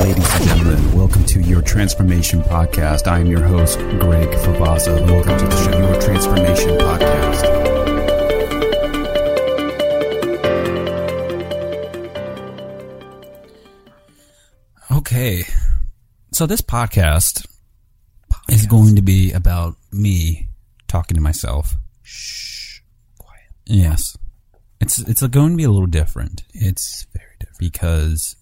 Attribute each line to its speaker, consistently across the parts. Speaker 1: Ladies and gentlemen, welcome to your transformation podcast. I am your host, Greg Favazza. and Welcome to the show, Your Transformation Podcast. Okay. So this podcast is going to be about me talking to myself. Shh. Quiet. Yes. It's it's going to be a little different. It's very different because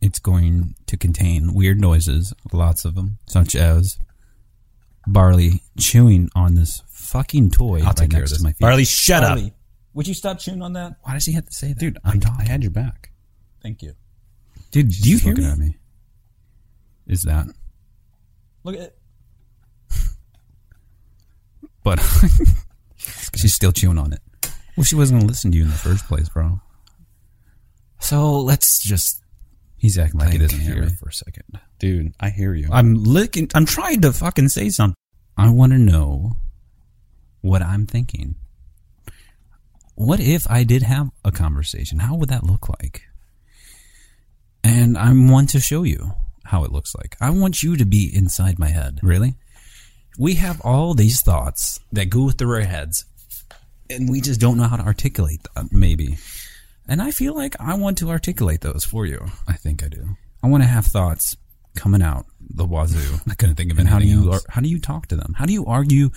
Speaker 1: it's going to contain weird noises, lots of them, such as Barley chewing on this fucking toy
Speaker 2: I'll
Speaker 1: right
Speaker 2: take care
Speaker 1: next
Speaker 2: of this.
Speaker 1: to my feet.
Speaker 2: Barley, shut up.
Speaker 3: Would you stop chewing on that?
Speaker 1: Why does he have to say that,
Speaker 2: Dude, I'm I had your back.
Speaker 3: Thank you.
Speaker 1: Dude, do you
Speaker 2: just
Speaker 1: hear
Speaker 2: looking
Speaker 1: me?
Speaker 2: at me.
Speaker 1: Is that?
Speaker 3: Look at it.
Speaker 1: But she's still chewing on it. Well, she wasn't gonna listen to you in the first place, bro.
Speaker 2: So let's just
Speaker 1: He's acting like he
Speaker 2: think
Speaker 1: doesn't hear
Speaker 2: here
Speaker 1: me.
Speaker 2: for a second. Dude, I hear you.
Speaker 1: I'm licking. I'm trying to fucking say something. I want to know what I'm thinking. What if I did have a conversation? How would that look like? And I want to show you how it looks like. I want you to be inside my head. Really? We have all these thoughts that go through our heads, and we just don't know how to articulate them, maybe. And I feel like I want to articulate those for you.
Speaker 2: I think I do.
Speaker 1: I want to have thoughts coming out the wazoo.
Speaker 2: I couldn't think of
Speaker 1: And how do
Speaker 2: anything
Speaker 1: you
Speaker 2: else.
Speaker 1: how do you talk to them? How do you argue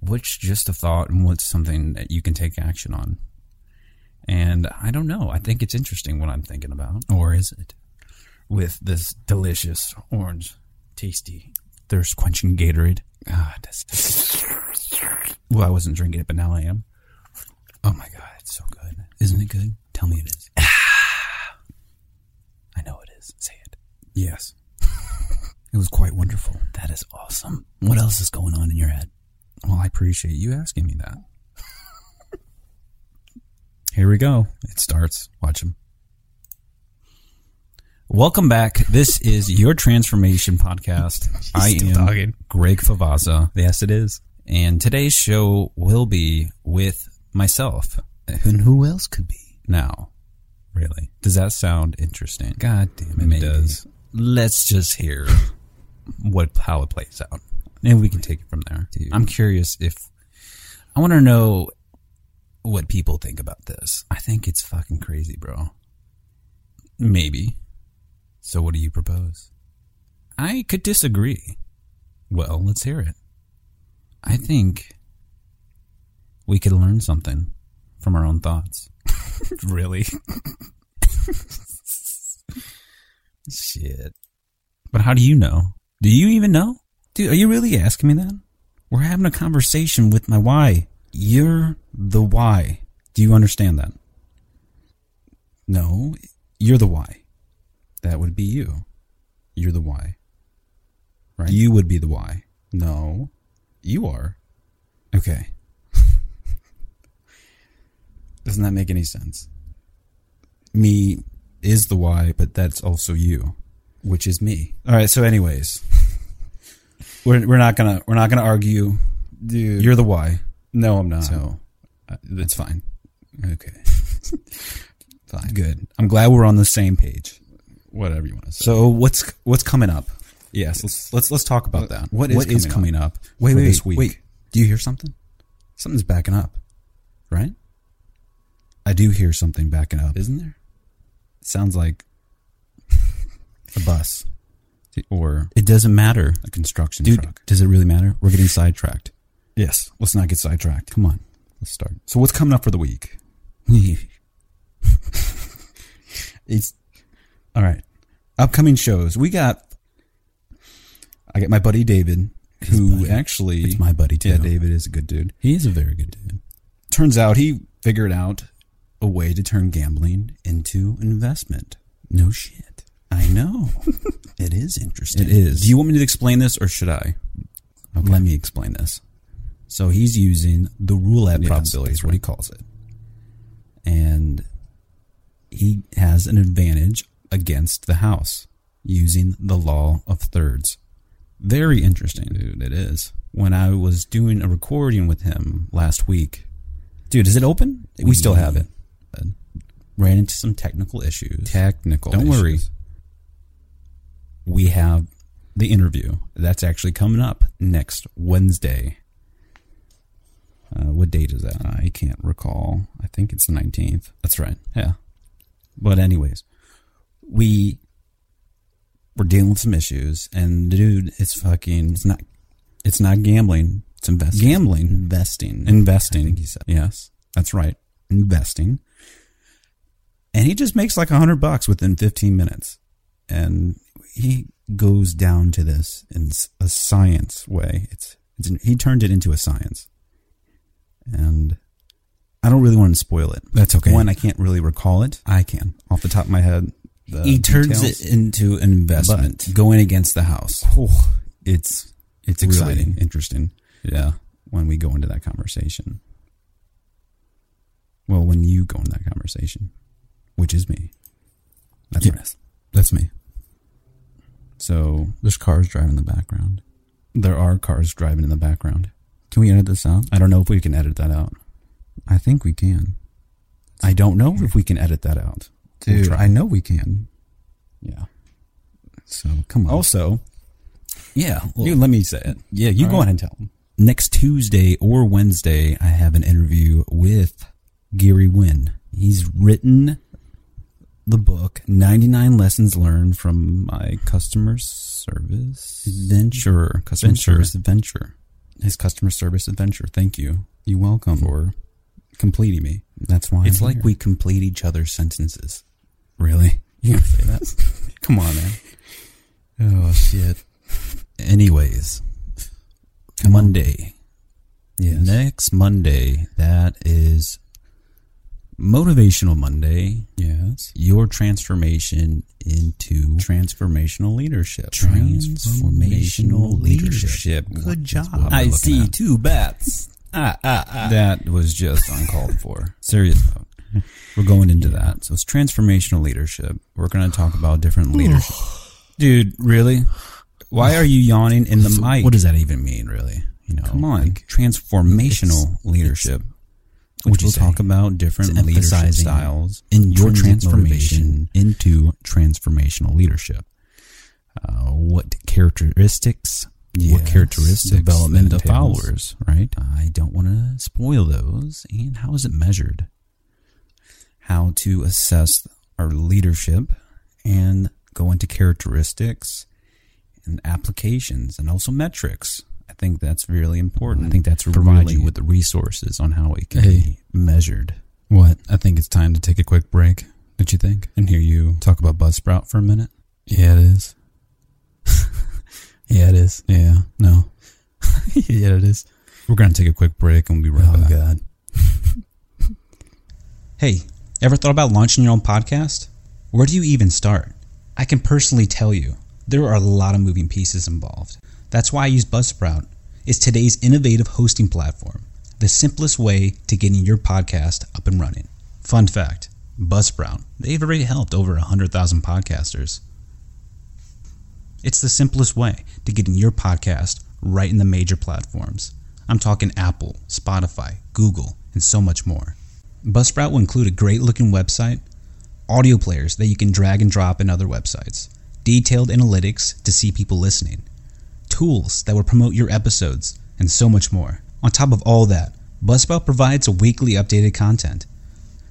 Speaker 1: what's just a thought and what's something that you can take action on? And I don't know. I think it's interesting what I'm thinking about,
Speaker 2: or is it?
Speaker 1: with this delicious orange, tasty, thirst quenching Gatorade.
Speaker 2: Ah, that's disgusting.
Speaker 1: Well, I wasn't drinking it, but now I am.
Speaker 2: Oh my god, it's so good.
Speaker 1: Isn't it good? Tell me it is.
Speaker 2: I know it is. Say it.
Speaker 1: Yes, it was quite wonderful.
Speaker 2: That is awesome. What else is going on in your head?
Speaker 1: Well, I appreciate you asking me that. Here we go. It starts. Watch him. Welcome back. This is your transformation podcast. I
Speaker 2: still
Speaker 1: am
Speaker 2: talking.
Speaker 1: Greg Favazza,
Speaker 2: Yes, it is.
Speaker 1: and today's show will be with myself.
Speaker 2: And who else could be?
Speaker 1: Now,
Speaker 2: Really?
Speaker 1: does that sound interesting?
Speaker 2: God damn it,
Speaker 1: Maybe.
Speaker 2: it does.
Speaker 1: Let's just hear what how it plays out, and we can take it from there.
Speaker 2: Dude.
Speaker 1: I'm curious if I want to know what people think about this. I think it's fucking crazy, bro. Maybe. So, what do you propose? I could disagree. Well, let's hear it. I think we could learn something from our own thoughts.
Speaker 2: Really?
Speaker 1: Shit. But how do you know? Do you even know? Dude, are you really asking me that? We're having a conversation with my why. You're the why. Do you understand that? No, you're the why. That would be you. You're the why. Right? You would be the why. No, you are. Okay. Doesn't that make any sense? Me is the why, but that's also you, which is me. All right. So, anyways, we're we're not gonna we're not gonna argue.
Speaker 2: Dude.
Speaker 1: You're the why.
Speaker 2: no, I'm not.
Speaker 1: So uh, that's fine.
Speaker 2: okay. Fine.
Speaker 1: Good. I'm glad we're on the same page.
Speaker 2: Whatever you want to say.
Speaker 1: So what's what's coming up?
Speaker 2: yes, let's let's let's talk about that.
Speaker 1: What is coming, up? Wait,
Speaker 2: for
Speaker 1: wait,
Speaker 2: this
Speaker 1: wait,
Speaker 2: week?
Speaker 1: wait. Do you hear something? Something's backing up, right? I do hear something backing up.
Speaker 2: Isn't there?
Speaker 1: It sounds like a bus.
Speaker 2: Or
Speaker 1: It doesn't matter,
Speaker 2: a construction
Speaker 1: dude.
Speaker 2: truck.
Speaker 1: Does it really matter? We're getting sidetracked.
Speaker 2: Yes.
Speaker 1: Let's not get sidetracked. Come on.
Speaker 2: Let's start.
Speaker 1: So what's coming up for the week? it's all right. Upcoming shows. We got. I got my buddy David, who actually
Speaker 2: It's my buddy, too.
Speaker 1: Yeah, David is a good dude.
Speaker 2: He is a very good dude.
Speaker 1: Turns out he figured out a way to turn gambling into investment.
Speaker 2: No shit.
Speaker 1: I know. it is interesting.
Speaker 2: It is.
Speaker 1: Do you want me to explain this, or should I? Let me explain this. So he's using the roulette
Speaker 2: Yes,
Speaker 1: probability
Speaker 2: that's
Speaker 1: is what he
Speaker 2: right.
Speaker 1: calls it, and he has an advantage against the house using the law of thirds. Very interesting, dude. It is. When I was doing a recording with him last week, dude, is it open? We, still have it. Ran into some technical issues.
Speaker 2: Technical.
Speaker 1: Don't worry.
Speaker 2: we have the interview that's actually coming up next Wednesday. Uh, what date is that? I can't recall. I think it's the 19th. That's right. Yeah. But, anyways, we we're dealing with some issues, and dude, it's fucking, it's not, it's not gambling. It's investing. Gambling. Investing. Investing. Yes. That's right. Investing. And he just makes like a hundred bucks within 15 minutes. And he goes down to this in s- a science way. It's, it's an- he turned it into a science. And I don't really want to spoil it.
Speaker 1: That's okay.
Speaker 2: One, I can't really recall it. I can off the top of my head. the
Speaker 1: he turns
Speaker 2: details.
Speaker 1: it into an investment,
Speaker 2: But-
Speaker 1: going against the house.
Speaker 2: Oh, it's it's exciting,
Speaker 1: exciting.
Speaker 2: interesting. Yeah, when we go into that conversation. Well, when you go into that conversation, which is me. That's
Speaker 1: Yeah.
Speaker 2: right.
Speaker 1: That's me.
Speaker 2: So
Speaker 1: There's cars driving in the background.
Speaker 2: there are cars driving in the background.
Speaker 1: Can we edit this out?
Speaker 2: I don't know if we can edit that out.
Speaker 1: I think we can.
Speaker 2: I don't know if we can edit that out. We'll
Speaker 1: Dude,
Speaker 2: try.
Speaker 1: I know we can.
Speaker 2: yeah.
Speaker 1: So come on.
Speaker 2: Also,
Speaker 1: yeah. well,
Speaker 2: you let me say it. Yeah, you
Speaker 1: All
Speaker 2: go
Speaker 1: right.
Speaker 2: ahead and tell them.
Speaker 1: next Tuesday or Wednesday, I have an interview with Gary Wynn. He's written the book 99 Lessons Learned from My Customer Service
Speaker 2: Adventure, customer
Speaker 1: Venture.
Speaker 2: service adventure. His customer service adventure. Thank you. You're welcome for completing me.
Speaker 1: That's why
Speaker 2: It's
Speaker 1: I'm
Speaker 2: like
Speaker 1: here.
Speaker 2: we complete each other's sentences.
Speaker 1: really.
Speaker 2: You gonna say that? Come on, man.
Speaker 1: Oh shit. Anyways, Monday.
Speaker 2: Yes.
Speaker 1: Next Monday, that is Motivational Monday.
Speaker 2: Yes.
Speaker 1: Your transformation into
Speaker 2: Transformational leadership.
Speaker 1: Transformational leadership.
Speaker 2: Good job.
Speaker 1: I
Speaker 2: I
Speaker 1: see
Speaker 2: see
Speaker 1: two bats. Ah, ah, ah. That was just uncalled for. Serious note. We're going into that. So it's transformational leadership. We're going to talk about different leadership. Dude, really? Why are you yawning in the mic?
Speaker 2: what
Speaker 1: does that even mean, really? You know, come on. transformational leadership,
Speaker 2: Which
Speaker 1: which
Speaker 2: we'll
Speaker 1: we'll
Speaker 2: talk
Speaker 1: talk about different leadership
Speaker 2: emphasizing
Speaker 1: styles in your
Speaker 2: intrinsic
Speaker 1: transformation into transformational leadership. Uh, what characteristics? What
Speaker 2: Yes,
Speaker 1: characteristics?
Speaker 2: development
Speaker 1: that
Speaker 2: of
Speaker 1: entails.
Speaker 2: followers, right?
Speaker 1: I don't want to spoil those. And how is it measured? How to assess our leadership and go into characteristics and applications and also metrics. I think that's really important. I think that's provide you with the resources on how it can be
Speaker 2: Mm-hmm. Hey.
Speaker 1: measured.
Speaker 2: What? I think it's time to take a quick break. Don't you think? And hear you talk about Buzzsprout for a minute. Yeah, it is.
Speaker 1: Yeah, it is.
Speaker 2: Yeah. No.
Speaker 1: yeah, it is.
Speaker 2: We're gonna take a quick break and we'll be right
Speaker 1: Oh
Speaker 2: back.
Speaker 1: God. hey, ever thought about launching your own podcast? Where do you even start? I can personally tell you, there are a lot of moving pieces involved. That's why I use Buzzsprout. It's today's innovative hosting platform, the simplest way to getting your podcast up and running. Fun fact Buzzsprout, they've already helped over 100,000 podcasters. It's the simplest way to getting your podcast right in the major platforms. I'm talking Apple, Spotify, Google, and so much more. Buzzsprout will include a great looking website, audio players that you can drag and drop in other websites, detailed analytics to see people listening, tools that will promote your episodes, and so much more. On top of all that, Buzzsprout provides a weekly updated content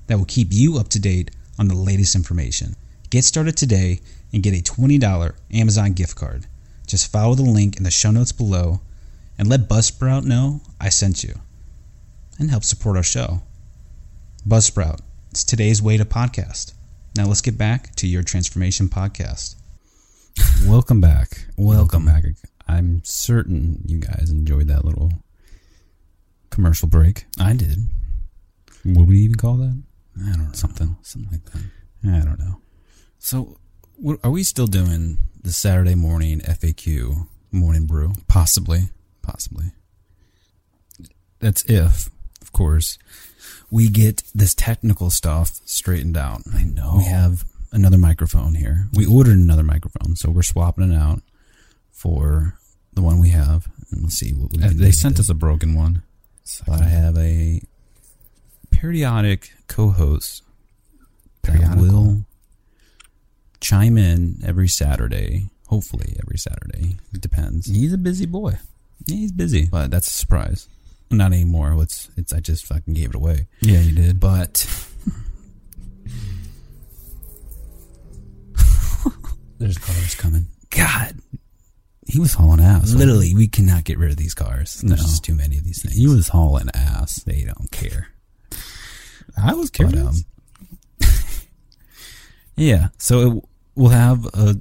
Speaker 1: that will keep you up to date on the latest information. Get started today and get a $20 Amazon gift card. Just follow the link in the show notes below and let Buzzsprout know I sent you and help support our show. Buzzsprout, it's today's way to podcast. Now let's get back to your transformation podcast.
Speaker 2: Welcome back. Welcome back. I'm certain you guys enjoyed that little commercial break.
Speaker 1: I did.
Speaker 2: What would you even call that?
Speaker 1: I don't know.
Speaker 2: Something.
Speaker 1: Something like that.
Speaker 2: I don't know.
Speaker 1: So, what, are we still doing the Saturday morning FAQ morning brew?
Speaker 2: Possibly. Possibly. That's if, of course,
Speaker 1: we get this technical stuff straightened out. I know. We have
Speaker 2: another microphone here. We ordered another microphone, so we're swapping it out for
Speaker 1: the one we have, and we'll see what we
Speaker 2: Uh,
Speaker 1: can
Speaker 2: They sent us a broken one.
Speaker 1: But I have a
Speaker 2: Periodic co host that
Speaker 1: Periodical.
Speaker 2: will chime in every Saturday
Speaker 1: Hopefully every Saturday. It depends.
Speaker 2: He's a busy boy. He's busy.
Speaker 1: But that's a surprise. Not anymore. It's it's I just fucking gave it away.
Speaker 2: Yeah, you did.
Speaker 1: But
Speaker 2: There's cars coming.
Speaker 1: God, he was hauling ass.
Speaker 2: Literally, we cannot get rid of these cars. There's
Speaker 1: No.
Speaker 2: just too many of these things.
Speaker 1: He was hauling ass. They don't care.
Speaker 2: I was
Speaker 1: But, um, yeah. So it, we'll have a,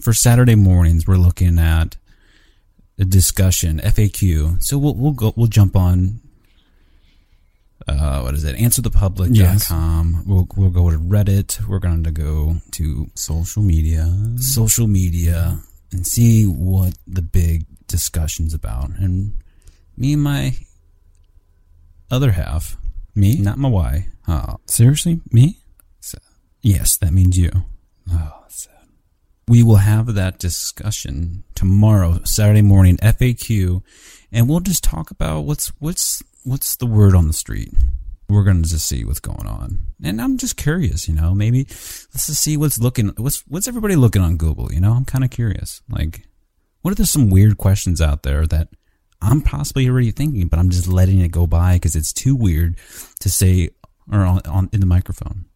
Speaker 1: for Saturday mornings. We're looking at a discussion FAQ. So we'll we'll go we'll jump on. Uh, what is it? AnswerThePublic.com. We'll we'll go to Reddit. We're going to go to
Speaker 2: Social media.
Speaker 1: social media and see what the big discussion's about. And me and my other half, me, not my wife. Uh, seriously, me? So, yes, that means you. Oh, so. We will have that discussion tomorrow, Saturday morning, FAQ, and we'll just talk about what's what's what's the word on the street. We're going to just see what's going on, and I'm just curious, you know. Maybe let's just see what's looking what's what's everybody looking on Google. You know, I'm kind of curious. Like, what if there's some weird questions out there that I'm possibly already thinking, but I'm just letting it go by because it's too weird to say or on, on in the microphone.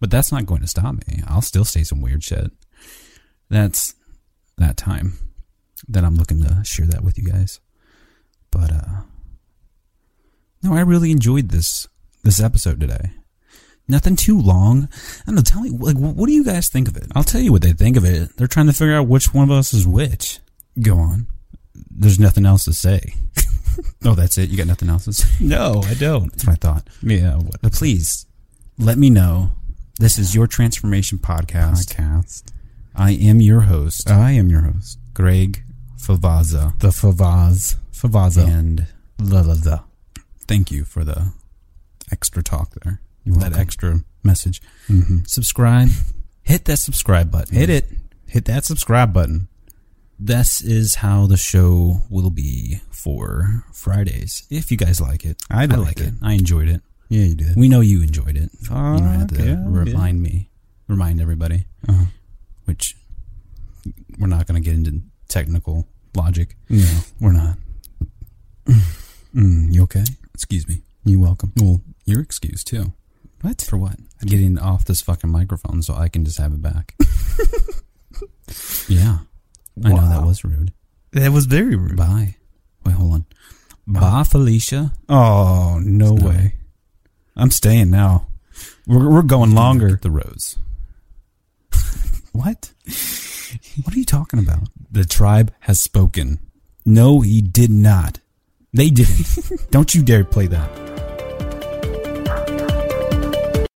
Speaker 1: But that's not going to stop me. I'll still say some weird shit. That's that time that I'm looking to share that with you guys. But uh no, I really enjoyed this this episode today. Nothing too long. I don't know. Tell me, like, wh- what do you guys think of it? I'll tell you what they think of it. They're trying to figure out which one of us is which. Go on. There's nothing else to say. oh, that's it. You got nothing else to say.
Speaker 2: No, I don't.
Speaker 1: That's my thought.
Speaker 2: Yeah, what
Speaker 1: But please, let me know. This is your transformation podcast.
Speaker 2: podcast?
Speaker 1: I am your host,
Speaker 2: I am your host,
Speaker 1: Greg Favaza,
Speaker 2: the Favaz Favazo.
Speaker 1: and
Speaker 2: La la la.
Speaker 1: thank you for the extra talk there.
Speaker 2: You're
Speaker 1: that
Speaker 2: welcome.
Speaker 1: extra message.
Speaker 2: Mm-hmm.
Speaker 1: subscribe. Hit that subscribe button.
Speaker 2: Hit it. Hit that subscribe button.
Speaker 1: This is how the show will be for Fridays. If you guys like it,
Speaker 2: I liked
Speaker 1: like it.
Speaker 2: it.
Speaker 1: I enjoyed it.
Speaker 2: Yeah, you did.
Speaker 1: We know you enjoyed it. you don't have
Speaker 2: Fuck
Speaker 1: to
Speaker 2: yeah, I did.
Speaker 1: remind me, remind everybody.
Speaker 2: Uh-huh.
Speaker 1: Which we're not going to get into technical logic.
Speaker 2: No.
Speaker 1: We're not.
Speaker 2: Mm, you okay?
Speaker 1: Excuse me.
Speaker 2: You welcome.
Speaker 1: Well, you're excused too.
Speaker 2: What?
Speaker 1: For what? Getting off this fucking microphone so I can just have it back. yeah. I know that
Speaker 2: Wow.
Speaker 1: was rude.
Speaker 2: That was very rude.
Speaker 1: Bye. Wait, hold on. Bye, Felicia.
Speaker 2: Oh no
Speaker 1: It's not
Speaker 2: way! I'm staying now. We're we're going longer.
Speaker 1: Get the rose.
Speaker 2: What? What are you talking about?
Speaker 1: The tribe has spoken.
Speaker 2: No, he did not. They didn't. Don't you dare play that.